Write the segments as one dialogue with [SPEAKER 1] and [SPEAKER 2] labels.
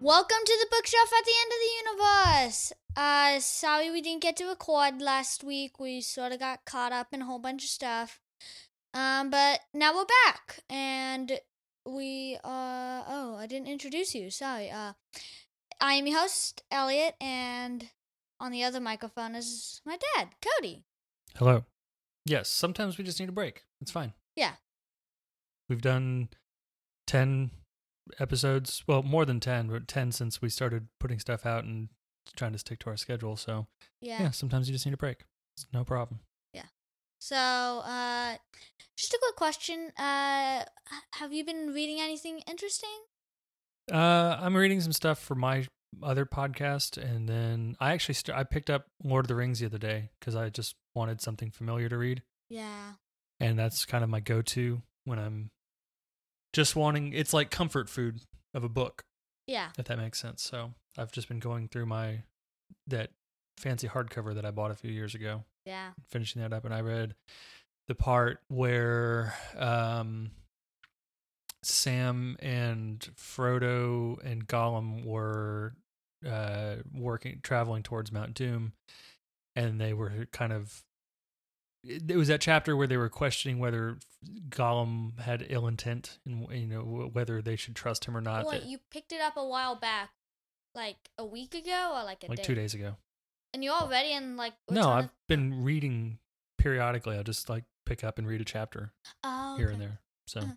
[SPEAKER 1] Welcome to the bookshelf at the end of the universe. Uh, sorry we didn't get to record last week. We sort of got caught up in a whole bunch of stuff. Um, but now we're back, and we uh oh, I didn't introduce you. Sorry. Uh, I am your host Elliot, and on the other microphone is my dad, Cody.
[SPEAKER 2] Hello. Yes, sometimes we just need a break. It's fine.
[SPEAKER 1] Yeah.
[SPEAKER 2] We've done 10 episodes, well, more than 10, but 10 since we started putting stuff out and trying to stick to our schedule. So, yeah,
[SPEAKER 1] yeah.
[SPEAKER 2] sometimes you just need a break. It's no problem.
[SPEAKER 1] So uh, just a quick question. Uh, h- have you been reading anything interesting?
[SPEAKER 2] Uh, I'm reading some stuff for my other podcast and then I actually st- I picked up Lord of the Rings the other day cuz I just wanted something familiar to read.
[SPEAKER 1] Yeah.
[SPEAKER 2] and that's kind of my go-to when I'm just wanting it's like comfort food of a book
[SPEAKER 1] Yeah.
[SPEAKER 2] if that makes sense. So, I've just been going through my that fancy hardcover that I bought a few years ago,
[SPEAKER 1] Yeah.
[SPEAKER 2] finishing that up and I read the part where um Sam and Frodo and Gollum were uh working traveling towards Mount Doom and they were kind of it it was that chapter where they were questioning whether Gollum had ill intent and you know wh- whether they should trust him or not.
[SPEAKER 1] Wait,
[SPEAKER 2] That-
[SPEAKER 1] you picked it up a while back, like a week ago or like a
[SPEAKER 2] like
[SPEAKER 1] day?
[SPEAKER 2] two days ago.
[SPEAKER 1] And you're already in like what's
[SPEAKER 2] no,
[SPEAKER 1] on
[SPEAKER 2] I've
[SPEAKER 1] the-
[SPEAKER 2] been reading periodically. I'll just like pick up and read a chapter
[SPEAKER 1] oh,
[SPEAKER 2] here and
[SPEAKER 1] okay.
[SPEAKER 2] there. So
[SPEAKER 1] Uh-huh.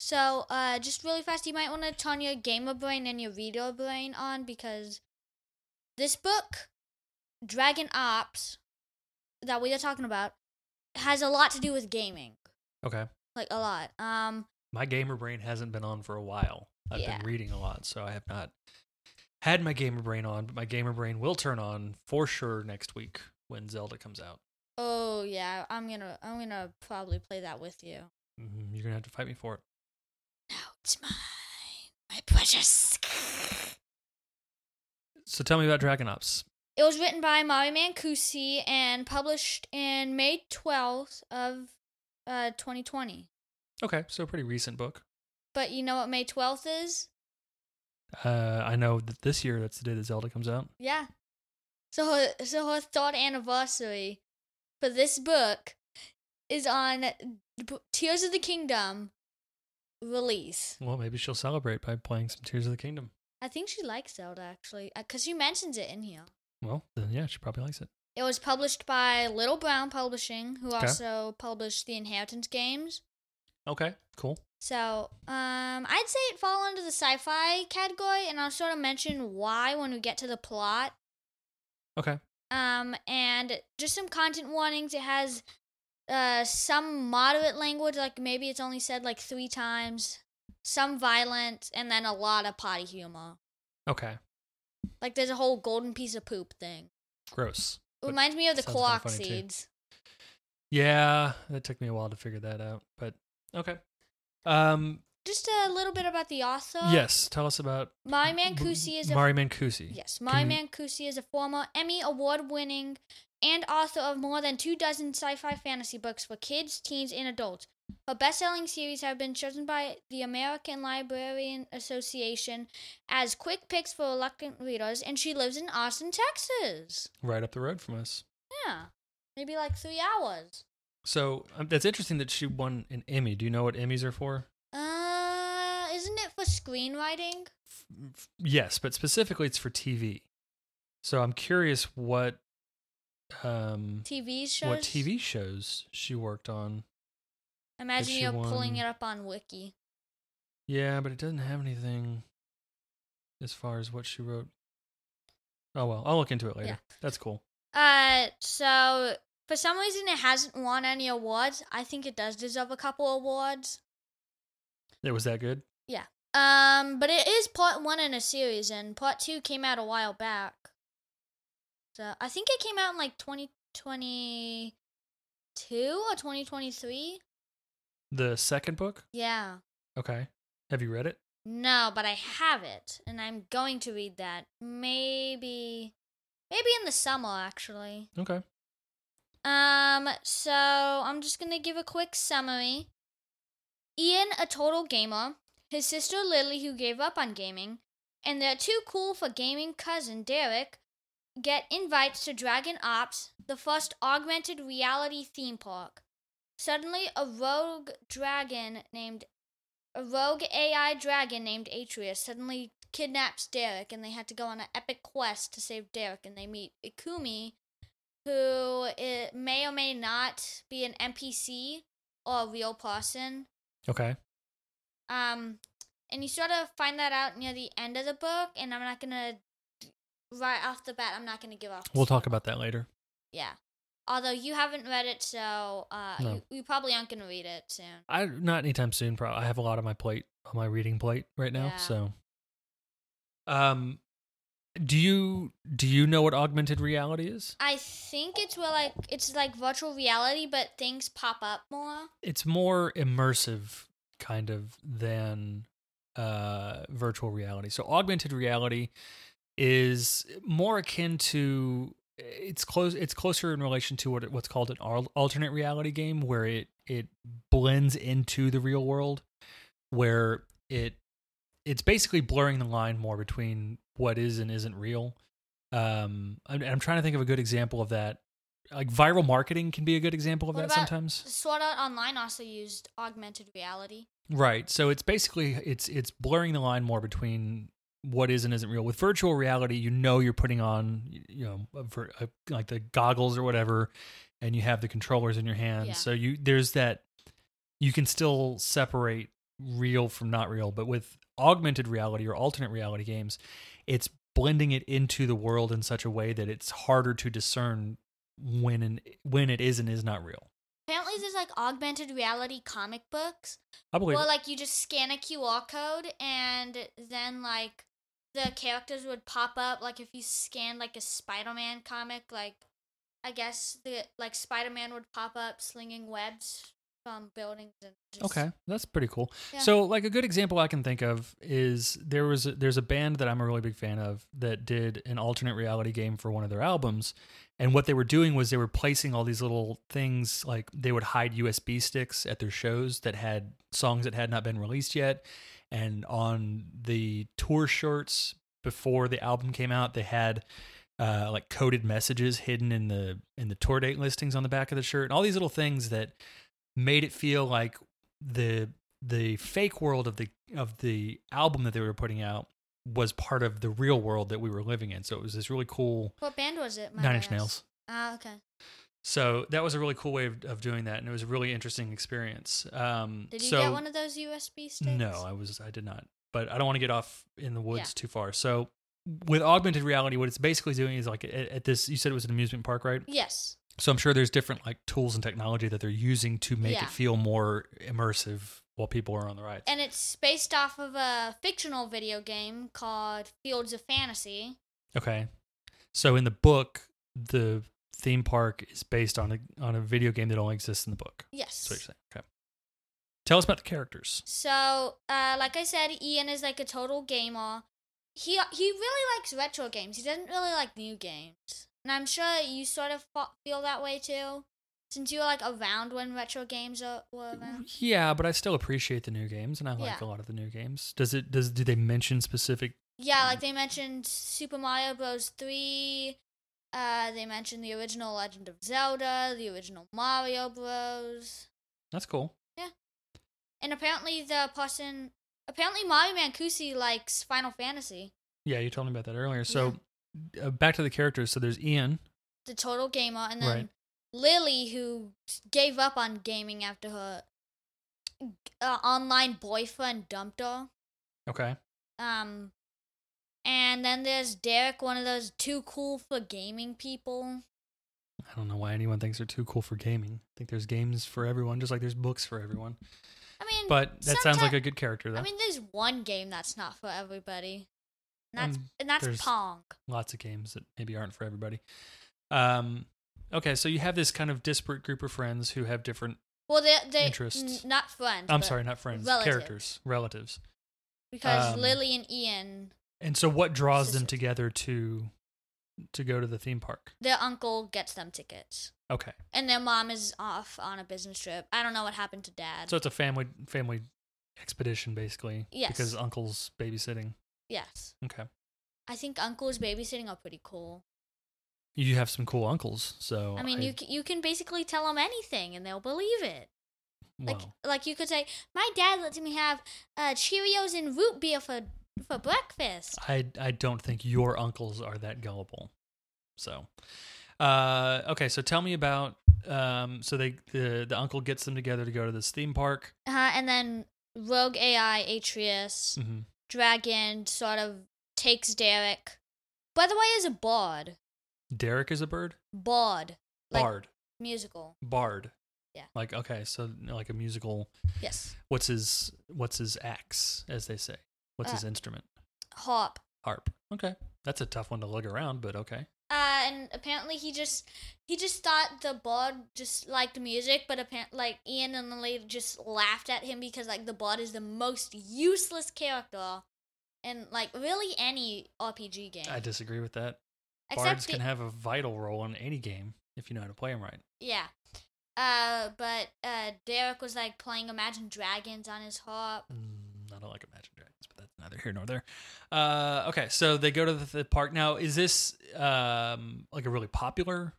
[SPEAKER 1] So, uh, just really fast, you might want to turn your gamer brain and your reader brain on because this book, Dragon Ops, that we are talking about, has a lot to do with gaming,
[SPEAKER 2] okay,
[SPEAKER 1] like a lot. Um,
[SPEAKER 2] my gamer brain hasn't been on for a while. I've
[SPEAKER 1] Yeah.
[SPEAKER 2] been reading a lot, so I have not had my gamer brain on. But my gamer brain will turn on for sure next week when Zelda comes out.
[SPEAKER 1] oh yeah, I'm gonna, I'm gonna probably play that with you.
[SPEAKER 2] Mhm, You're gonna have to fight me for it.
[SPEAKER 1] No, it's mine, my precious.
[SPEAKER 2] So tell me about Dragon Ops.
[SPEAKER 1] It was written by Mari Mancusi and published in May 12th of uh, 2020.
[SPEAKER 2] Okay, so a pretty recent book.
[SPEAKER 1] But you know what May 12th is?
[SPEAKER 2] Uh, I know that this year that's the day that Zelda comes out.
[SPEAKER 1] Yeah. So her, so her third anniversary for this book is on B- Tears of the Kingdom release.
[SPEAKER 2] Well, maybe she'll celebrate by playing some Tears of the Kingdom.
[SPEAKER 1] I think she likes Zelda actually, because she mentions it in here.
[SPEAKER 2] Well, then yeah, she probably likes it.
[SPEAKER 1] It was published by Little Brown Publishing, who
[SPEAKER 2] Okay.
[SPEAKER 1] also published the Inheritance games.
[SPEAKER 2] Okay, cool.
[SPEAKER 1] So, um, I'd say it fall under the sci-fi category, and I'll sort of mention why when we get to the plot.
[SPEAKER 2] Okay.
[SPEAKER 1] Um, and just some content warnings. It has uh some moderate language, like maybe it's only said like three times, some violence, and then a lot of potty humor.
[SPEAKER 2] Okay.
[SPEAKER 1] Like there's a whole golden piece of poop thing.
[SPEAKER 2] Gross.
[SPEAKER 1] It
[SPEAKER 2] But
[SPEAKER 1] reminds me of the
[SPEAKER 2] sounds kinda
[SPEAKER 1] Clock
[SPEAKER 2] funny, too.
[SPEAKER 1] seeds.
[SPEAKER 2] Yeah, that took me a while to figure that out, but okay. Um
[SPEAKER 1] Just a little bit about the author.
[SPEAKER 2] yes, tell us about
[SPEAKER 1] My man Kusi Uh, is a
[SPEAKER 2] Mari Mancusi.
[SPEAKER 1] Yes, Mari
[SPEAKER 2] you-
[SPEAKER 1] Mancusi is a former Emmy Award winning and author of more than two dozen sci fi fantasy books for kids, teens, and adults. Her best selling series have been chosen by the American Librarian Association as quick picks for reluctant readers, and she lives in Austin, Texas.
[SPEAKER 2] Right up the road from us.
[SPEAKER 1] Yeah, maybe like three hours.
[SPEAKER 2] So um, that's interesting that she won an Emmy. Do you know what Emmys are for?
[SPEAKER 1] Uh, isn't it for screenwriting?
[SPEAKER 2] F- Yes, but specifically it's for TV. So I'm curious what um
[SPEAKER 1] TV shows?
[SPEAKER 2] what TV shows she worked on.
[SPEAKER 1] Imagine
[SPEAKER 2] she
[SPEAKER 1] you're pulling
[SPEAKER 2] won-
[SPEAKER 1] it up on Wiki.
[SPEAKER 2] Yeah, but it doesn't have anything as far as what she wrote. Oh well, I'll look into it later. That's cool.
[SPEAKER 1] Uh, so for some reason it hasn't won any awards. I think it does deserve a couple awards.
[SPEAKER 2] It was that good?
[SPEAKER 1] Um, but it is part one in a series, and part two came out a while back. So I think it came out in like 2022 or 2023.
[SPEAKER 2] The second book?
[SPEAKER 1] Yeah.
[SPEAKER 2] Okay. Have you read it?
[SPEAKER 1] No, but I have it, and I'm going to read that. Maybe, maybe in the summer actually.
[SPEAKER 2] Okay.
[SPEAKER 1] Um, so I'm just gonna give a quick summary. Ian, a total gamer, his sister Lily, who gave up on gaming, and their too cool for gaming cousin Derek get invites to Dragon Ops, the first augmented reality theme park. Suddenly, a rogue dragon named a rogue AI dragon named Atreus suddenly kidnaps Derek, and they had to go on an epic quest to save Derek. And they meet Ikumi, who i may or may not be an NPC or a real person.
[SPEAKER 2] Okay.
[SPEAKER 1] Um, and you sort of find that out near the end of the book. And I'm not gonna right off the bat. I'm not gonna give off.
[SPEAKER 2] We'll talk about that later.
[SPEAKER 1] Yeah. Although you haven't read it, so uh,
[SPEAKER 2] No.
[SPEAKER 1] you, you probably aren't gonna read it soon.
[SPEAKER 2] I not anytime soon. Probably I have a lot on my plate on my reading plate right now.
[SPEAKER 1] Yeah.
[SPEAKER 2] So, um, do you do you know what augmented reality is?
[SPEAKER 1] I think it's where like it's like virtual reality, but things pop up more.
[SPEAKER 2] It's more immersive, kind of than uh, virtual reality. So augmented reality is more akin to it's close. It's closer in relation to what it- what's called an al- alternate reality game, where it it blends into the real world, where it it's basically blurring the line more between what is and isn't real. Um, I'm, I'm trying to think of a good example of that. Like viral marketing can be a good example of
[SPEAKER 1] What
[SPEAKER 2] that
[SPEAKER 1] about-
[SPEAKER 2] sometimes.
[SPEAKER 1] Sword Art Online also used augmented reality.
[SPEAKER 2] Right. So it's basically it's it's blurring the line more between what is and isn't real. With virtual reality, you know you're putting on y- you know a, vir- a, like the goggles or whatever, and you have the controllers in your hand.
[SPEAKER 1] Yeah.
[SPEAKER 2] So you there's that you can still separate real from not real. But with augmented reality or alternate reality games, it's blending it into the world in such a way that it's harder to discern when and when it is and is not real.
[SPEAKER 1] Apparently, there's like augmented reality comic books
[SPEAKER 2] I believe.
[SPEAKER 1] Well,
[SPEAKER 2] it.
[SPEAKER 1] like you just scan a QR code and then like the characters would pop up. Like if you scanned like a Spider-Man comic, like I guess the like Spider-Man would pop up slinging webs from buildings and just,
[SPEAKER 2] Okay, that's pretty cool.
[SPEAKER 1] Yeah.
[SPEAKER 2] So, like a good example I can think of is there was a, there's a band that I'm a really big fan of that did an alternate reality game for one of their albums, and what they were doing was they were placing all these little things like they would hide USB sticks at their shows that had songs that had not been released yet, and on the tour shirts before the album came out, they had uh, like coded messages hidden in the in the tour date listings on the back of the shirt, and all these little things that made it feel like the the fake world of the of the album that they were putting out was part of the real world that we were living in. So it was this really cool
[SPEAKER 1] What band was it? might
[SPEAKER 2] Nine
[SPEAKER 1] I
[SPEAKER 2] Inch
[SPEAKER 1] ask?
[SPEAKER 2] Nails.
[SPEAKER 1] Ah, okay.
[SPEAKER 2] So that was a really cool way of, of doing that, and it was a really interesting experience. Um,
[SPEAKER 1] Did you
[SPEAKER 2] so
[SPEAKER 1] get one of those USB sticks?
[SPEAKER 2] no, I was I did not. But I don't want to get off in the woods too far. So with augmented reality, what it's basically doing is like at, at this. You said it was an amusement park, right?
[SPEAKER 1] Yes.
[SPEAKER 2] So I'm sure there's different like tools and technology that they're using to make
[SPEAKER 1] Yeah.
[SPEAKER 2] it feel more immersive while people are on the rides.
[SPEAKER 1] And it's based off of a fictional video game called Fields of Fantasy.
[SPEAKER 2] Okay. So in the book, the theme park is based on a on a video game that only exists in the book.
[SPEAKER 1] Yes.
[SPEAKER 2] That's what you're saying. Okay. Tell us about the characters.
[SPEAKER 1] So, uh, like I said, Ian is like a total gamer. He he really likes retro games. He doesn't really like new games, and I'm sure you sort of fo- feel that way too, since you were like around when retro games are, were around.
[SPEAKER 2] Yeah, but I still appreciate the new games and I like
[SPEAKER 1] Yeah.
[SPEAKER 2] a lot of the new games. Does it does do they mention specific
[SPEAKER 1] Yeah, like they mentioned Super Mario Bros. Three. Uh, they mentioned the original Legend of Zelda, the original Mario Bros.
[SPEAKER 2] That's cool.
[SPEAKER 1] And apparently the person, apparently Mario Mancusi likes Final Fantasy.
[SPEAKER 2] Yeah, you told me about that earlier. So uh, back to the characters. So there's Ian.
[SPEAKER 1] the total gamer, and then
[SPEAKER 2] Right.
[SPEAKER 1] Lily, who gave up on gaming after her uh, online boyfriend dumped her.
[SPEAKER 2] Okay.
[SPEAKER 1] Um, and then there's Derek, one of those too cool for gaming people.
[SPEAKER 2] I don't know why anyone thinks they're too cool for gaming. I think there's games for everyone, just like there's books for everyone.
[SPEAKER 1] I mean,
[SPEAKER 2] But uh, that sounds
[SPEAKER 1] Someti-
[SPEAKER 2] like a good character though.
[SPEAKER 1] Mm, I mean, there's one game that's not for everybody. And that's
[SPEAKER 2] Um,
[SPEAKER 1] and that's
[SPEAKER 2] there's-
[SPEAKER 1] Pong.
[SPEAKER 2] lots of games that maybe aren't for everybody. Um, okay, so you have this kind of disparate group of friends who have different.
[SPEAKER 1] Well, they they
[SPEAKER 2] Interests.
[SPEAKER 1] n- not friends.
[SPEAKER 2] I'm
[SPEAKER 1] but-
[SPEAKER 2] sorry, not friends,
[SPEAKER 1] relatives.
[SPEAKER 2] characters, relatives.
[SPEAKER 1] because
[SPEAKER 2] um,
[SPEAKER 1] Lily and Ian,
[SPEAKER 2] And so, what draws them
[SPEAKER 1] Sisters.
[SPEAKER 2] together to to go to the theme park?
[SPEAKER 1] their uncle gets them tickets.
[SPEAKER 2] Okay,
[SPEAKER 1] and their mom is off on a business trip. I don't know what happened to dad.
[SPEAKER 2] so it's a family family expedition basically.
[SPEAKER 1] Yes.
[SPEAKER 2] because uncle's babysitting.
[SPEAKER 1] Yes.
[SPEAKER 2] Okay.
[SPEAKER 1] I think uncles babysitting are pretty cool.
[SPEAKER 2] You have some cool uncles, so
[SPEAKER 1] I mean, you c- you can basically tell them anything and they'll believe it. Like
[SPEAKER 2] wow.
[SPEAKER 1] like you could say, "My dad lets me have uh, Cheerios and root beer for for breakfast."
[SPEAKER 2] I I don't think your uncles are that gullible. So, uh, okay. So tell me about um. So they the the uncle gets them together to go to this theme park.
[SPEAKER 1] Uh, and then rogue AI Atreus
[SPEAKER 2] Mm-hmm.
[SPEAKER 1] dragon sort of takes Derek. By the way, is a bard.
[SPEAKER 2] Derek is a bird.
[SPEAKER 1] Bard. Like
[SPEAKER 2] Bard.
[SPEAKER 1] musical.
[SPEAKER 2] Bard.
[SPEAKER 1] Yeah.
[SPEAKER 2] Like okay, so like a musical.
[SPEAKER 1] Yes.
[SPEAKER 2] What's his What's his axe, as they say? What's
[SPEAKER 1] Uh,
[SPEAKER 2] his instrument?
[SPEAKER 1] Hop.
[SPEAKER 2] Harp. Okay, that's a tough one to lug around, but okay.
[SPEAKER 1] Uh, and apparently he just he just thought the bard just liked music, but apparently like Ian and the lady just laughed at him because like the bard is the most useless character in like really any RPG game.
[SPEAKER 2] I disagree with that. Bards
[SPEAKER 1] Except
[SPEAKER 2] can
[SPEAKER 1] the-
[SPEAKER 2] have a vital role in any game if you know how to play them right.
[SPEAKER 1] yeah. Uh, but uh, Derek was like playing Imagine Dragons on his harp.
[SPEAKER 2] Mm, I don't like Imagine Dragons, but that's neither here nor there. Uh, okay, so they go to the, the park now. Is this um, like a really popular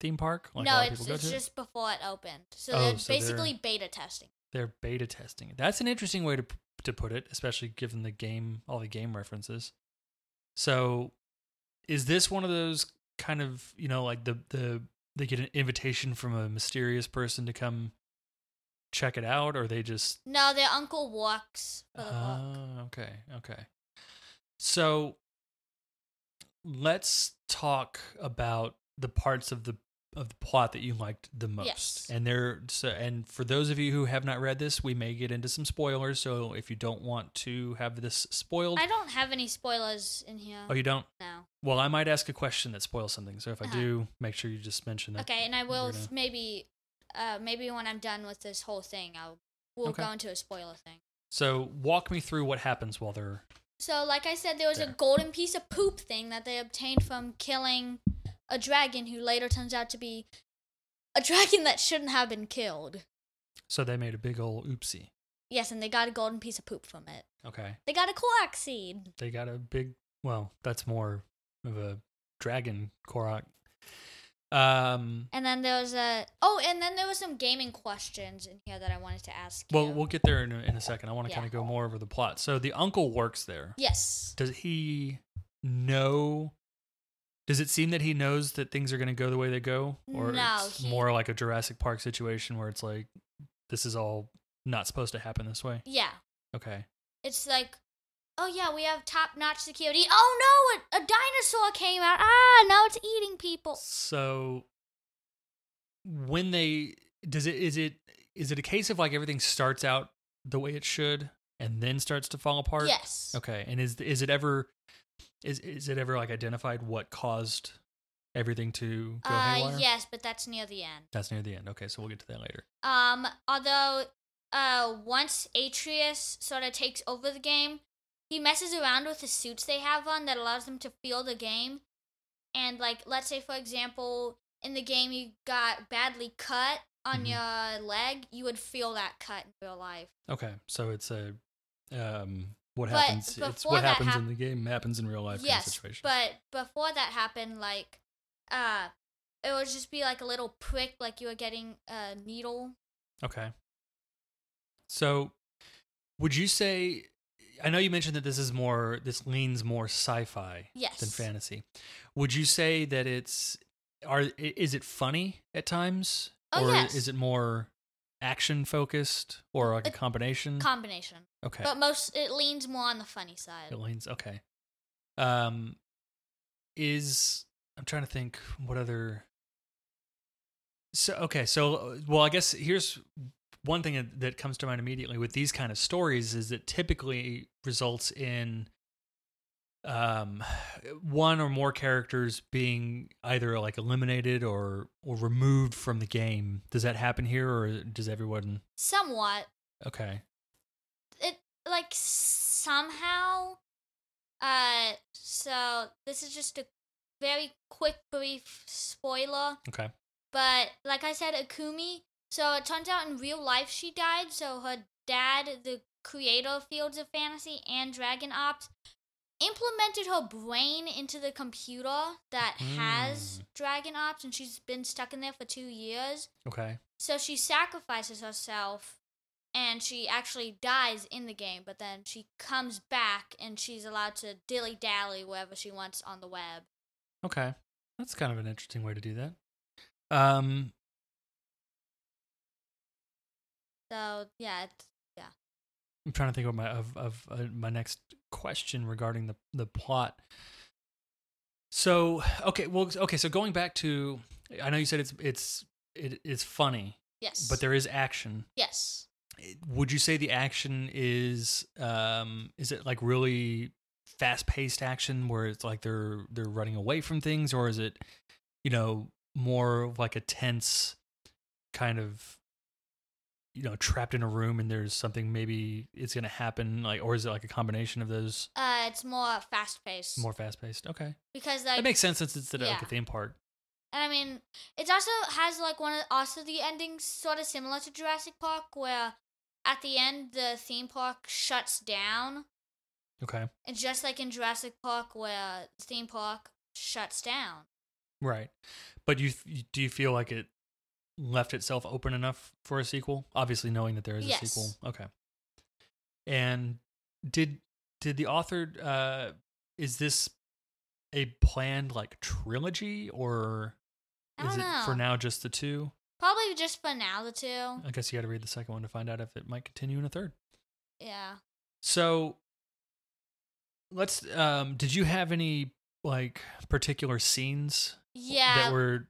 [SPEAKER 2] theme park? Like a
[SPEAKER 1] no,
[SPEAKER 2] lot of
[SPEAKER 1] it's
[SPEAKER 2] people go
[SPEAKER 1] it's
[SPEAKER 2] to?
[SPEAKER 1] just before it opened, so
[SPEAKER 2] Oh,
[SPEAKER 1] they're
[SPEAKER 2] so they're-
[SPEAKER 1] basically beta testing.
[SPEAKER 2] They're beta testing. it. That's an interesting way to p- to put it, especially given the game, all the game references. So, is this one of those kind of you know like the the they get an invitation from a mysterious person to come check it out, or they just
[SPEAKER 1] No, their uncle walks for the walk.
[SPEAKER 2] Ah, okay, okay. So let's talk about the parts of the of the plot that you liked the most.
[SPEAKER 1] Yes.
[SPEAKER 2] And there so and for those of you who have not read this, we may get into some spoilers, so if you don't want to have this spoiled,
[SPEAKER 1] I don't have any spoilers in here
[SPEAKER 2] oh you don't.
[SPEAKER 1] now.
[SPEAKER 2] Well, I might ask a question that spoils something. So if I
[SPEAKER 1] Uh-huh.
[SPEAKER 2] do, make sure you just mention that.
[SPEAKER 1] Okay, and I
[SPEAKER 2] we're
[SPEAKER 1] will
[SPEAKER 2] gonna-
[SPEAKER 1] f maybe, uh, maybe when I'm done with this whole thing, I'll we'll
[SPEAKER 2] Okay.
[SPEAKER 1] go into a spoiler thing.
[SPEAKER 2] So walk me through what happens while they're
[SPEAKER 1] So, like I said, there was
[SPEAKER 2] There.
[SPEAKER 1] a golden piece of poop thing that they obtained from killing a dragon, who later turns out to be a dragon that shouldn't have been killed.
[SPEAKER 2] so they made a big old oopsie.
[SPEAKER 1] Yes, and they got a golden piece of poop from it.
[SPEAKER 2] Okay.
[SPEAKER 1] They got a clock seed.
[SPEAKER 2] they got a big well that's more of a dragon korok um
[SPEAKER 1] And then there was a oh, and then there was some gaming questions in here that I wanted to ask.
[SPEAKER 2] well
[SPEAKER 1] you.
[SPEAKER 2] we'll get there in a, in a second i want to
[SPEAKER 1] Yeah.
[SPEAKER 2] kind of go more over the plot so the uncle works there
[SPEAKER 1] yes,
[SPEAKER 2] does he know does it seem that he knows that things are going to go the way they go or
[SPEAKER 1] No,
[SPEAKER 2] it's
[SPEAKER 1] he-
[SPEAKER 2] more like a jurassic park situation where it's like this is all not supposed to happen this way
[SPEAKER 1] yeah.
[SPEAKER 2] okay
[SPEAKER 1] it's like, oh yeah, we have top notch security. Oh no, a, a dinosaur came out. Ah, now it's eating people.
[SPEAKER 2] So when they does it is it is it a case of like everything starts out the way it should and then starts to fall apart?
[SPEAKER 1] yes.
[SPEAKER 2] Okay. And is is it ever is is it ever like identified what caused everything to go
[SPEAKER 1] Uh,
[SPEAKER 2] haywire?
[SPEAKER 1] yes, but that's near the end.
[SPEAKER 2] That's near the end. Okay, so we'll get to that later.
[SPEAKER 1] Um, although, uh, once Atreus sort of takes over the game, he messes around with the suits they have on that allows them to feel the game. And like, let's say for example, in the game you got badly cut on
[SPEAKER 2] Mhm.
[SPEAKER 1] your leg, you would feel that cut in real life.
[SPEAKER 2] Okay, so it's a um what
[SPEAKER 1] But
[SPEAKER 2] happens it's
[SPEAKER 1] before
[SPEAKER 2] what
[SPEAKER 1] that
[SPEAKER 2] happens
[SPEAKER 1] hap-
[SPEAKER 2] in the game happens in real life kind of
[SPEAKER 1] yes,
[SPEAKER 2] situation.
[SPEAKER 1] but before that happened, like, uh, it would just be like a little prick, like you were getting a needle.
[SPEAKER 2] Okay. So, would you say? I know you mentioned that this is more, this leans more sci-fi
[SPEAKER 1] Yes.
[SPEAKER 2] than fantasy. Would you say that it's are i- is it funny at times,
[SPEAKER 1] Oh,
[SPEAKER 2] or
[SPEAKER 1] yes.
[SPEAKER 2] is it more action focused, or like a
[SPEAKER 1] It-
[SPEAKER 2] combination?
[SPEAKER 1] Combination,
[SPEAKER 2] okay,
[SPEAKER 1] but most it leans more on the funny side.
[SPEAKER 2] it leans. Okay. Um, is I'm trying to think what other. So okay, so uh, well, I guess here's one thing that- that comes to mind immediately with these kind of stories is that typically results in um one or more characters being either like eliminated or or removed from the game does that happen here or does everyone
[SPEAKER 1] Somewhat,
[SPEAKER 2] okay
[SPEAKER 1] it like somehow. Uh, so this is just a very quick, brief spoiler.
[SPEAKER 2] okay
[SPEAKER 1] But like I said, Akumi. So it turns out in real life she died. So her dad, the creator of Fields of Fantasy and Dragon Ops, implemented her brain into the computer that has Dragon Ops, and she's been stuck in there for two years.
[SPEAKER 2] Okay.
[SPEAKER 1] So she sacrifices herself and she actually dies in the game, but then she comes back and she's allowed to dilly dally wherever she wants on the web.
[SPEAKER 2] Okay. That's kind of an interesting way to do that. Um,
[SPEAKER 1] So, yeah, it's,
[SPEAKER 2] I'm trying to think of my of, of uh, my next question regarding the the plot. So okay, well, okay. So going back to, I know you said it's it's it is funny,
[SPEAKER 1] yes.
[SPEAKER 2] but there is action.
[SPEAKER 1] Yes.
[SPEAKER 2] Would you say the action is um is it like really fast paced action where it's like they're they're running away from things, or is it you know more of like a tense kind of you know trapped in a room and there's something maybe it's going to happen like or is it like a combination of those
[SPEAKER 1] Uh, it's more fast paced.
[SPEAKER 2] more fast paced okay
[SPEAKER 1] Because,
[SPEAKER 2] that
[SPEAKER 1] like,
[SPEAKER 2] makes sense since it's at like
[SPEAKER 1] yeah.
[SPEAKER 2] a theme park
[SPEAKER 1] And I mean, it also has like one of also the ending sort of similar to Jurassic Park, where at the end the theme park shuts down,
[SPEAKER 2] okay
[SPEAKER 1] and just like in Jurassic Park, where the theme park shuts down.
[SPEAKER 2] right but you you- do you feel like it left itself open enough for a sequel obviously knowing that there is a sequel
[SPEAKER 1] Yes.
[SPEAKER 2] okay and did did the author uh is this a planned like trilogy or
[SPEAKER 1] I
[SPEAKER 2] is
[SPEAKER 1] don't
[SPEAKER 2] it
[SPEAKER 1] know.
[SPEAKER 2] for now just the two
[SPEAKER 1] Probably just for now the two.
[SPEAKER 2] i guess you got to read the second one to find out if it might continue in a third
[SPEAKER 1] Yeah.
[SPEAKER 2] So let's um did you have any like particular scenes
[SPEAKER 1] Yeah.
[SPEAKER 2] that were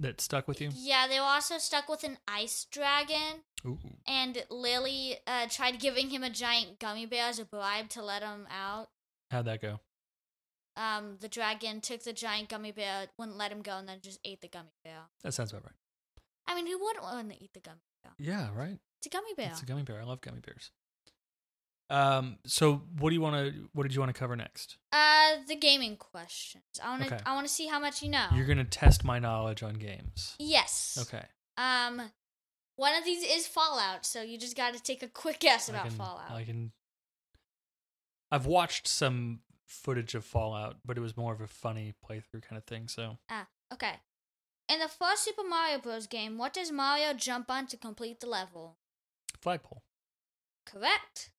[SPEAKER 2] that stuck with you?
[SPEAKER 1] yeah, they were also stuck with an ice dragon,
[SPEAKER 2] Ooh.
[SPEAKER 1] and Lily uh, tried giving him a giant gummy bear as a bribe to let him out.
[SPEAKER 2] How'd that go?
[SPEAKER 1] Um, the dragon took the giant gummy bear, wouldn't let him go, and then just ate the gummy bear.
[SPEAKER 2] That sounds about right.
[SPEAKER 1] I mean, who wouldn't want to eat the gummy bear?
[SPEAKER 2] Yeah, right.
[SPEAKER 1] It's a gummy bear.
[SPEAKER 2] It's a gummy bear. I love gummy bears. Um so what do you want to what did you want to cover next?
[SPEAKER 1] uh, the gaming questions. I want to.
[SPEAKER 2] Okay.
[SPEAKER 1] I want to see how much you know.
[SPEAKER 2] You're going to test my knowledge on games.
[SPEAKER 1] Oh. yes.
[SPEAKER 2] Okay.
[SPEAKER 1] Um, one of these is Fallout, so you just got to take a quick guess
[SPEAKER 2] I
[SPEAKER 1] about
[SPEAKER 2] can,
[SPEAKER 1] Fallout.
[SPEAKER 2] I can I've watched some footage of Fallout, but it was more of a funny playthrough kind of thing, so
[SPEAKER 1] ah, okay. In the first Super Mario Bros. game, what does Mario jump on to complete the level?
[SPEAKER 2] flagpole.
[SPEAKER 1] Correct.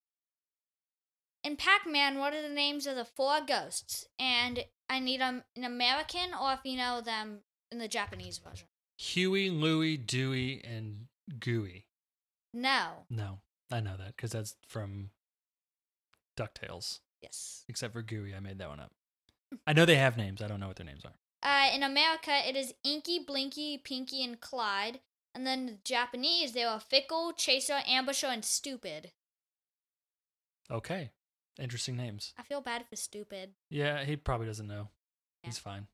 [SPEAKER 1] In Pac-Man, what are the names of the four ghosts? And I need um an American, or if you know them, in the Japanese version.
[SPEAKER 2] Huey, Louie, Dewey, and Gooey.
[SPEAKER 1] No.
[SPEAKER 2] No, I know that because that's from DuckTales,
[SPEAKER 1] Yes.
[SPEAKER 2] except for Gooey. I made that one up. I know they have names. I don't know what their names are.
[SPEAKER 1] Uh, in America, it is Inky, Blinky, Pinky, and Clyde. And then the Japanese, they were Fickle, Chaser, Ambusher, and Stupid.
[SPEAKER 2] Okay. Interesting names.
[SPEAKER 1] I feel bad for Stupid.
[SPEAKER 2] Yeah, he probably doesn't know.
[SPEAKER 1] Yeah.
[SPEAKER 2] He's fine.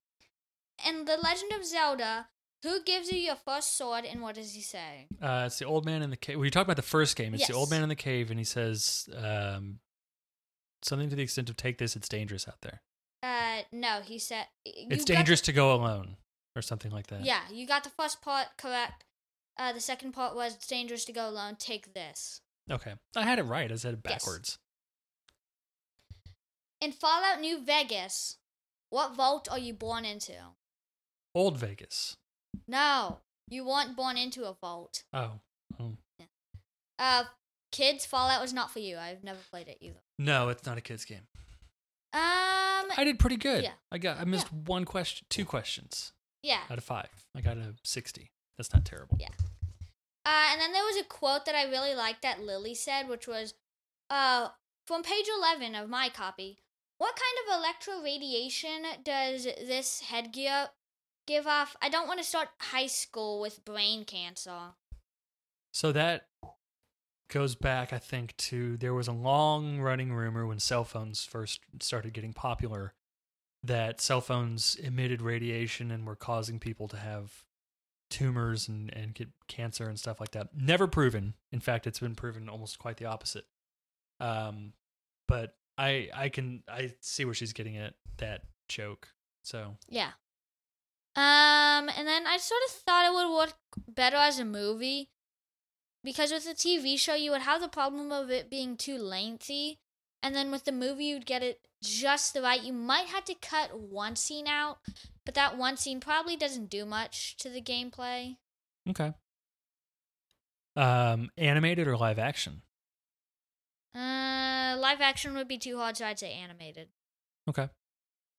[SPEAKER 1] In The Legend of Zelda, who gives you your first sword and what does he say?
[SPEAKER 2] Uh, it's the old man in the cave. Well, you talked about the first game. It's the old
[SPEAKER 1] Yes.
[SPEAKER 2] man in the cave, and he says um, something to the extent of "Take this, it's dangerous out there.
[SPEAKER 1] Uh, no, he said.
[SPEAKER 2] It's
[SPEAKER 1] you got the-
[SPEAKER 2] dangerous to go alone," or something like that.
[SPEAKER 1] yeah, you got the first part correct. Uh, the second part was it's dangerous to go alone. Take this.
[SPEAKER 2] Okay, I had it right. I said it
[SPEAKER 1] Yes.
[SPEAKER 2] backwards.
[SPEAKER 1] In Fallout New Vegas, what vault are you born into?
[SPEAKER 2] Old Vegas.
[SPEAKER 1] No, you weren't born into a vault.
[SPEAKER 2] Oh,
[SPEAKER 1] Uh, kids, Fallout was not for you. I've never played it either.
[SPEAKER 2] No, it's not a kids game.
[SPEAKER 1] Um,
[SPEAKER 2] I did pretty good.
[SPEAKER 1] Yeah.
[SPEAKER 2] I got I missed one question, two questions
[SPEAKER 1] yeah.
[SPEAKER 2] out of 5. I got a 60. That's not terrible.
[SPEAKER 1] Yeah. Uh, and then there was a quote that I really liked that Lily said, which was, uh, from page 11 of my copy. What kind of electro radiation does this headgear give off? I don't want to start high school with brain cancer.
[SPEAKER 2] So that goes back I think to there was a long running rumor when cell phones first started getting popular that cell phones emitted radiation and were causing people to have tumors and and get cancer and stuff like that. Never proven. In fact, it's been proven almost quite the opposite. Um but I I can I see where she's getting at that joke. So
[SPEAKER 1] Yeah. Um, and then I sort of thought it would work better as a movie because with a TV show, you would have the problem of it being too lengthy. and then with the movie you'd get it just the right. You might have to cut one scene out, but that one scene probably doesn't do much to the gameplay.
[SPEAKER 2] Okay. Um, animated or live action?
[SPEAKER 1] Uh, live action would be too hard, so I'd say animated.
[SPEAKER 2] Okay.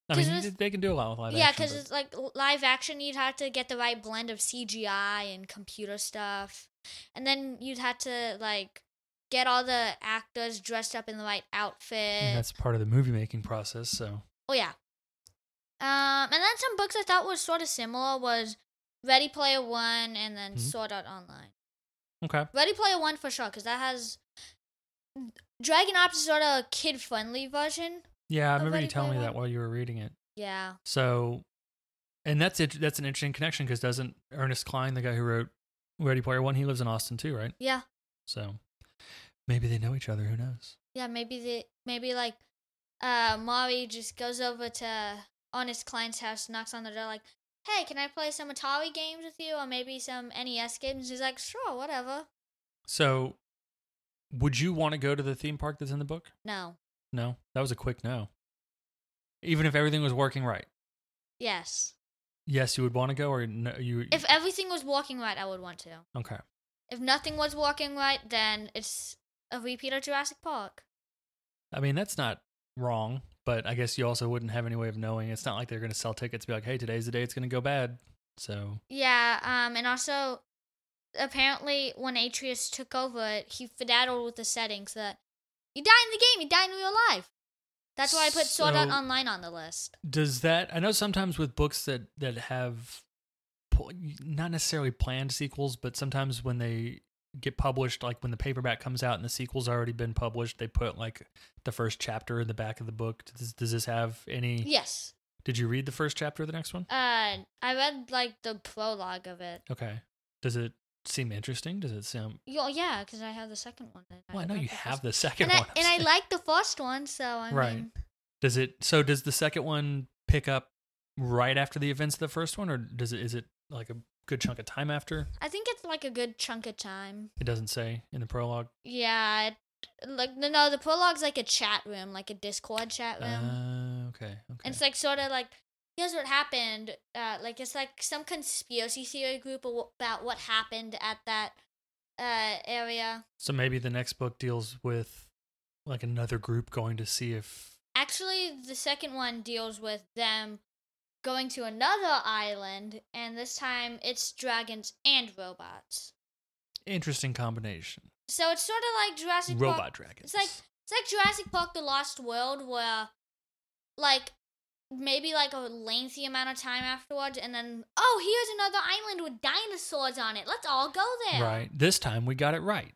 [SPEAKER 2] I
[SPEAKER 1] 'Cause
[SPEAKER 2] mean,
[SPEAKER 1] with-
[SPEAKER 2] they can do a lot with live
[SPEAKER 1] yeah,
[SPEAKER 2] action.
[SPEAKER 1] because
[SPEAKER 2] but-
[SPEAKER 1] it's like l- live action, you'd have to get the right blend of CGI and computer stuff, and then you'd have to like get all the actors dressed up in the right outfit.
[SPEAKER 2] and that's part of the movie making process. So
[SPEAKER 1] Oh yeah. Um, and then some books I thought was sort of similar was Ready Player One and then
[SPEAKER 2] Mhm.
[SPEAKER 1] Sword Art Online.
[SPEAKER 2] okay,
[SPEAKER 1] Ready Player One for sure, because that has mm, Dragon Ops is sort of a kid friendly version.
[SPEAKER 2] yeah, I
[SPEAKER 1] Oh,
[SPEAKER 2] remember
[SPEAKER 1] Ready
[SPEAKER 2] you telling
[SPEAKER 1] Player
[SPEAKER 2] me that
[SPEAKER 1] One.
[SPEAKER 2] while you were reading it.
[SPEAKER 1] Yeah.
[SPEAKER 2] So, and that's it. That's an interesting connection because doesn't Ernest Klein, the guy who wrote Ready Player One, he lives in Austin too, right?
[SPEAKER 1] Yeah.
[SPEAKER 2] So maybe they know each other. Who knows?
[SPEAKER 1] Yeah. Maybe the maybe like uh Mari just goes over to Honest Klein's house, knocks on the door like, Hey, can I play some Atari games with you or maybe some NES games? He's like, Sure, whatever.
[SPEAKER 2] So, would you want to go to the theme park that's in the book?
[SPEAKER 1] No.
[SPEAKER 2] No, that was a quick no. Even if everything was working right,
[SPEAKER 1] Yes.
[SPEAKER 2] yes, you would want to go, or no, you
[SPEAKER 1] If everything was walking right, I would want to.
[SPEAKER 2] okay.
[SPEAKER 1] If nothing was walking right, then it's a repeat of Jurassic Park.
[SPEAKER 2] I mean, that's not wrong, but I guess you also wouldn't have any way of knowing. It's not like they're going to sell tickets, be like, hey, today's the day it's going to go bad. So,
[SPEAKER 1] Yeah, um, and also apparently when Atreus took over it, he fiddled with the settings that you die in the game, you die in real life. That's why I put Sword Art
[SPEAKER 2] So-
[SPEAKER 1] Online on the list.
[SPEAKER 2] does that, I know sometimes with books that, that have pl- not necessarily planned sequels, but sometimes when they get published, like when the paperback comes out and the sequel's already been published, they put like the first chapter in the back of the book. Does, does this have any?
[SPEAKER 1] Yes.
[SPEAKER 2] Did you read the first chapter of the next one?
[SPEAKER 1] Uh, I read like the prologue of it.
[SPEAKER 2] Okay. Does it seem interesting? Does it sound,
[SPEAKER 1] Yo, yeah, because I have the second one. and
[SPEAKER 2] well, I know
[SPEAKER 1] read
[SPEAKER 2] you
[SPEAKER 1] the
[SPEAKER 2] have
[SPEAKER 1] first-
[SPEAKER 2] the second
[SPEAKER 1] And I,
[SPEAKER 2] one. I'm
[SPEAKER 1] and I
[SPEAKER 2] saying.
[SPEAKER 1] like the first one, so I
[SPEAKER 2] Right.
[SPEAKER 1] mean,
[SPEAKER 2] Does it so does the second one pick up right after the events of the first one or does it is it like a good chunk of time after?
[SPEAKER 1] I think it's like a good chunk of time.
[SPEAKER 2] It doesn't say in the prologue.
[SPEAKER 1] Yeah, it- like no, no, the prologue's like a chat room, like a Discord chat room.
[SPEAKER 2] Uh, okay. Okay.
[SPEAKER 1] And it's like sort of like here's what happened. Uh, like it's like some conspiracy theory group aw- about what happened at that uh area.
[SPEAKER 2] So maybe the next book deals with like another group going to see if
[SPEAKER 1] Actually, the second one deals with them going to another island, and this time it's dragons and robots.
[SPEAKER 2] interesting combination.
[SPEAKER 1] So it's sort of like Jurassic Park.
[SPEAKER 2] Robot
[SPEAKER 1] it's
[SPEAKER 2] dragons.
[SPEAKER 1] like It's like Jurassic Park: The Lost World, where like maybe like a lengthy amount of time afterwards, and then oh, here's another island with dinosaurs on it. Let's all go there.
[SPEAKER 2] Right. This time we got it right.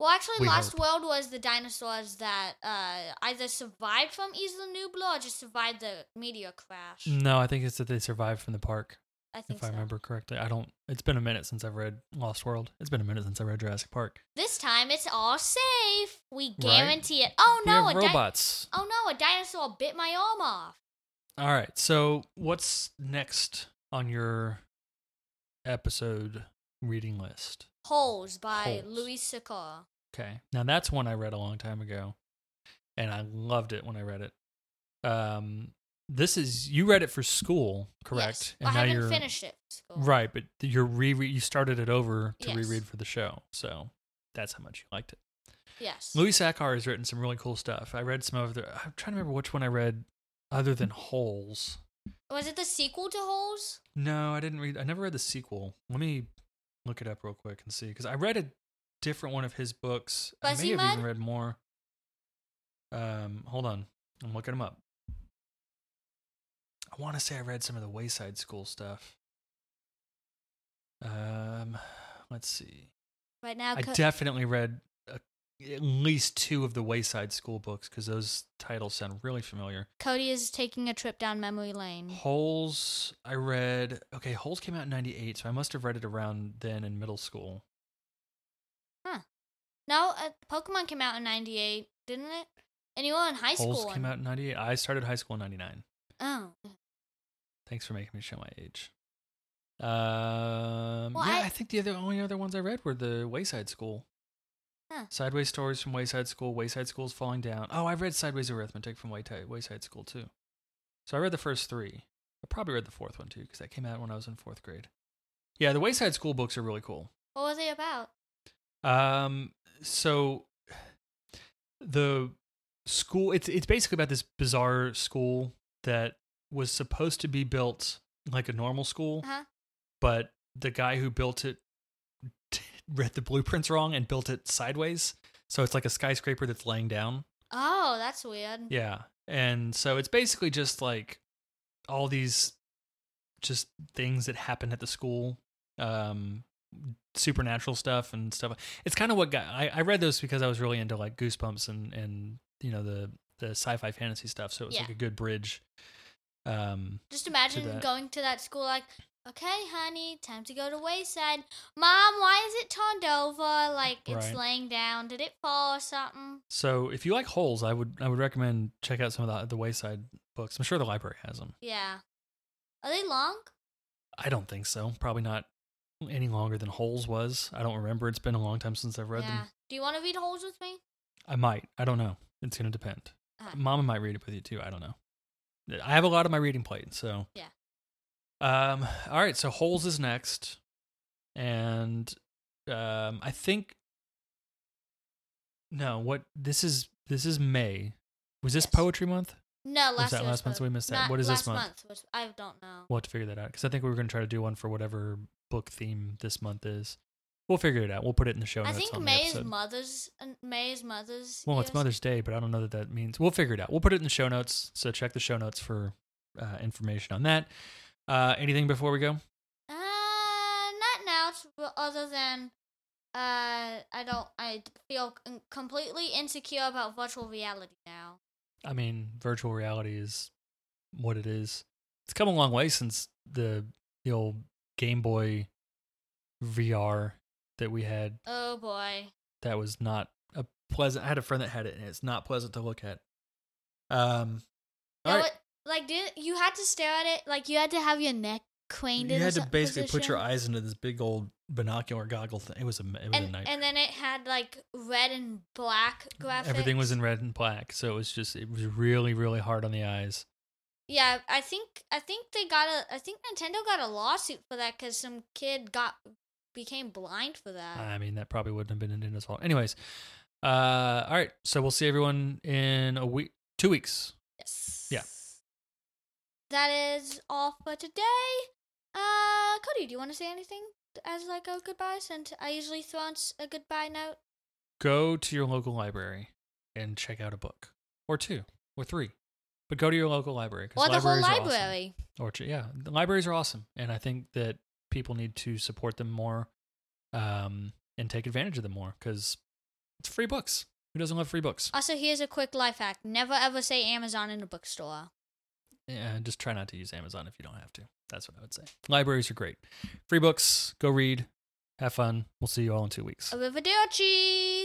[SPEAKER 1] Well, actually,
[SPEAKER 2] We
[SPEAKER 1] Lost
[SPEAKER 2] hope.
[SPEAKER 1] World was the dinosaurs that uh, either survived from Isla Nublar or just survived the meteor crash.
[SPEAKER 2] No, I think it's that they survived from the park,
[SPEAKER 1] I think
[SPEAKER 2] Mm, if I
[SPEAKER 1] so.
[SPEAKER 2] remember correctly. I don't it's been a minute since I've read Lost World. It's been a minute since I read Jurassic Park.
[SPEAKER 1] This time it's all safe. We
[SPEAKER 2] Right.
[SPEAKER 1] guarantee it. Oh
[SPEAKER 2] We
[SPEAKER 1] no,
[SPEAKER 2] have
[SPEAKER 1] a di-
[SPEAKER 2] robots.
[SPEAKER 1] oh no, a dinosaur bit my arm off.
[SPEAKER 2] All right. So, what's next on your episode reading list?
[SPEAKER 1] Holes by
[SPEAKER 2] Holes.
[SPEAKER 1] Louis Sikor.
[SPEAKER 2] Okay. Now, that's one I read a long time ago, and I loved it when I read it. Um, this is you read it for school, correct?
[SPEAKER 1] Yes. I haven't finished it. School.
[SPEAKER 2] right, but you're re you started it over to
[SPEAKER 1] Yes.
[SPEAKER 2] reread for the show, so that's how much you liked it.
[SPEAKER 1] Yes.
[SPEAKER 2] Louis Sackar has written some really cool stuff. I read some of the. I'm trying to remember which one I read, other than Holes.
[SPEAKER 1] Was it the sequel to Holes?
[SPEAKER 2] No, I didn't read. I never read the sequel. Let me look it up real quick and see because I read a different one of his books. I may have
[SPEAKER 1] Fuzzy
[SPEAKER 2] even
[SPEAKER 1] Mud?
[SPEAKER 2] read more. Um, hold on, I'm looking him up. I want to say I read some of the Wayside School stuff. Um, let's see.
[SPEAKER 1] Right now,
[SPEAKER 2] I
[SPEAKER 1] co-
[SPEAKER 2] definitely read uh at least two of the Wayside School books because those titles sound really familiar.
[SPEAKER 1] Cody is taking a trip down memory lane.
[SPEAKER 2] Holes, I read. Okay, Holes came out in '98, so I must have read it around then in middle school.
[SPEAKER 1] No, uh, Pokemon came out in '98, didn't it? And you were in high
[SPEAKER 2] Holes
[SPEAKER 1] school.
[SPEAKER 2] came
[SPEAKER 1] when-
[SPEAKER 2] out in '98. I started high school in '99.
[SPEAKER 1] Oh.
[SPEAKER 2] Thanks for making me show my age. Um,
[SPEAKER 1] Well,
[SPEAKER 2] yeah,
[SPEAKER 1] I-
[SPEAKER 2] I, think the other only other ones I read were the Wayside School.
[SPEAKER 1] Huh.
[SPEAKER 2] Sideways stories from Wayside School. Wayside School's falling down. Oh, I read Sideways Arithmetic from Wayta- Wayside School too. So I read the first three. I probably read the fourth one too because that came out when I was in fourth grade. Yeah, the Wayside School books are really cool.
[SPEAKER 1] What were they about?
[SPEAKER 2] Um, so the school it's it's basically about this bizarre school that was supposed to be built like a normal school,
[SPEAKER 1] Uh-huh.
[SPEAKER 2] but the guy who built it read the blueprints wrong and built it sideways. So it's like a skyscraper that's laying down.
[SPEAKER 1] Oh, that's weird.
[SPEAKER 2] Yeah. And so it's basically just like all these just things that happen at the school, um, supernatural stuff and stuff. It's kind of what got I, I read those because I was really into like Goosebumps and and you know the the sci-fi fantasy stuff. So it was
[SPEAKER 1] Yeah.
[SPEAKER 2] like a good bridge. Um,
[SPEAKER 1] Just imagine
[SPEAKER 2] that.
[SPEAKER 1] going to that school like, okay, honey, time to go to Wayside. Mom, why is it turned over? Like it's
[SPEAKER 2] Right.
[SPEAKER 1] laying down. Did it fall or something?
[SPEAKER 2] so if you like holes, I would I would recommend check out some of the the Wayside books. I'm sure the library has them.
[SPEAKER 1] Yeah. Are they long?
[SPEAKER 2] I don't think so. Probably not any longer than Holes was. I don't remember. It's been a long time since I've read
[SPEAKER 1] yeah.
[SPEAKER 2] them.
[SPEAKER 1] Do you want to read holes with me?
[SPEAKER 2] I might. I don't know. It's gonna depend.
[SPEAKER 1] Uh-huh.
[SPEAKER 2] Mama might read it with you too. I don't know. I have a lot of my reading plate, so
[SPEAKER 1] Yeah.
[SPEAKER 2] Um. All right. So holes is next, and um, I think. No, what this is this is May. Was this
[SPEAKER 1] Yes.
[SPEAKER 2] poetry month?
[SPEAKER 1] No,
[SPEAKER 2] Was
[SPEAKER 1] last
[SPEAKER 2] that
[SPEAKER 1] year
[SPEAKER 2] last month?
[SPEAKER 1] supposed-
[SPEAKER 2] So we missed that.
[SPEAKER 1] Not
[SPEAKER 2] What is this
[SPEAKER 1] last
[SPEAKER 2] month?
[SPEAKER 1] was- I don't know.
[SPEAKER 2] We'll have to figure that out because I think we were going to try to do one for whatever book theme this month is. We'll figure it out. We'll put it in the show
[SPEAKER 1] I
[SPEAKER 2] notes.
[SPEAKER 1] think
[SPEAKER 2] on
[SPEAKER 1] May
[SPEAKER 2] the
[SPEAKER 1] is
[SPEAKER 2] episode.
[SPEAKER 1] mother's. and May is mother's.
[SPEAKER 2] Well, it's
[SPEAKER 1] years.
[SPEAKER 2] Mother's Day, but I don't know that that means. We'll figure it out. We'll put it in the show notes. So check the show notes for uh, information on that. Uh, anything before we go?
[SPEAKER 1] Uh, not now. it's r- Other than, uh, I don't. I d- feel c- completely insecure about virtual reality now.
[SPEAKER 2] I mean, virtual reality is what it is. It's come a long way since the the old Game Boy VR that we had.
[SPEAKER 1] Oh boy.
[SPEAKER 2] That was not a pleasant. I had a friend that had it, and it's not pleasant to look at. Um, all
[SPEAKER 1] Now
[SPEAKER 2] right.
[SPEAKER 1] it- like, did you had to stare at it? Like, you had to have your neck craned.
[SPEAKER 2] you
[SPEAKER 1] in a
[SPEAKER 2] had to
[SPEAKER 1] certain
[SPEAKER 2] basically put your
[SPEAKER 1] position?
[SPEAKER 2] eyes into this big old binocular goggle thing. It was a it was a
[SPEAKER 1] And,
[SPEAKER 2] nightmare.
[SPEAKER 1] and then it had like red and black graphics.
[SPEAKER 2] Everything was in red and black, so it was just it was really really hard on the eyes.
[SPEAKER 1] Yeah, I think I think they got a I think Nintendo got a lawsuit for that because some kid got became blind for that.
[SPEAKER 2] I mean, that probably wouldn't have been Nintendo's fault. Anyways, uh, all right, so we'll see everyone in a week, two weeks.
[SPEAKER 1] yes.
[SPEAKER 2] yeah.
[SPEAKER 1] That is all for today. Uh, Cody, do you want to say anything as like a goodbye? Since I usually throw in s- a goodbye note.
[SPEAKER 2] Go to your local library and check out a book or two or three, but go to your local library 'cause
[SPEAKER 1] Or the whole
[SPEAKER 2] libraries are awesome.
[SPEAKER 1] library.
[SPEAKER 2] Or ch- yeah, the libraries are awesome, and I think that people need to support them more, um, and take advantage of them more because it's free books. Who doesn't love free books?
[SPEAKER 1] Also, here's a quick life hack: never ever say Amazon in a bookstore.
[SPEAKER 2] Yeah, just try not to use Amazon if you don't have to. That's what I would say. Libraries are great. Free books, go read, have fun. We'll see you all in two weeks.
[SPEAKER 1] Arrivederci.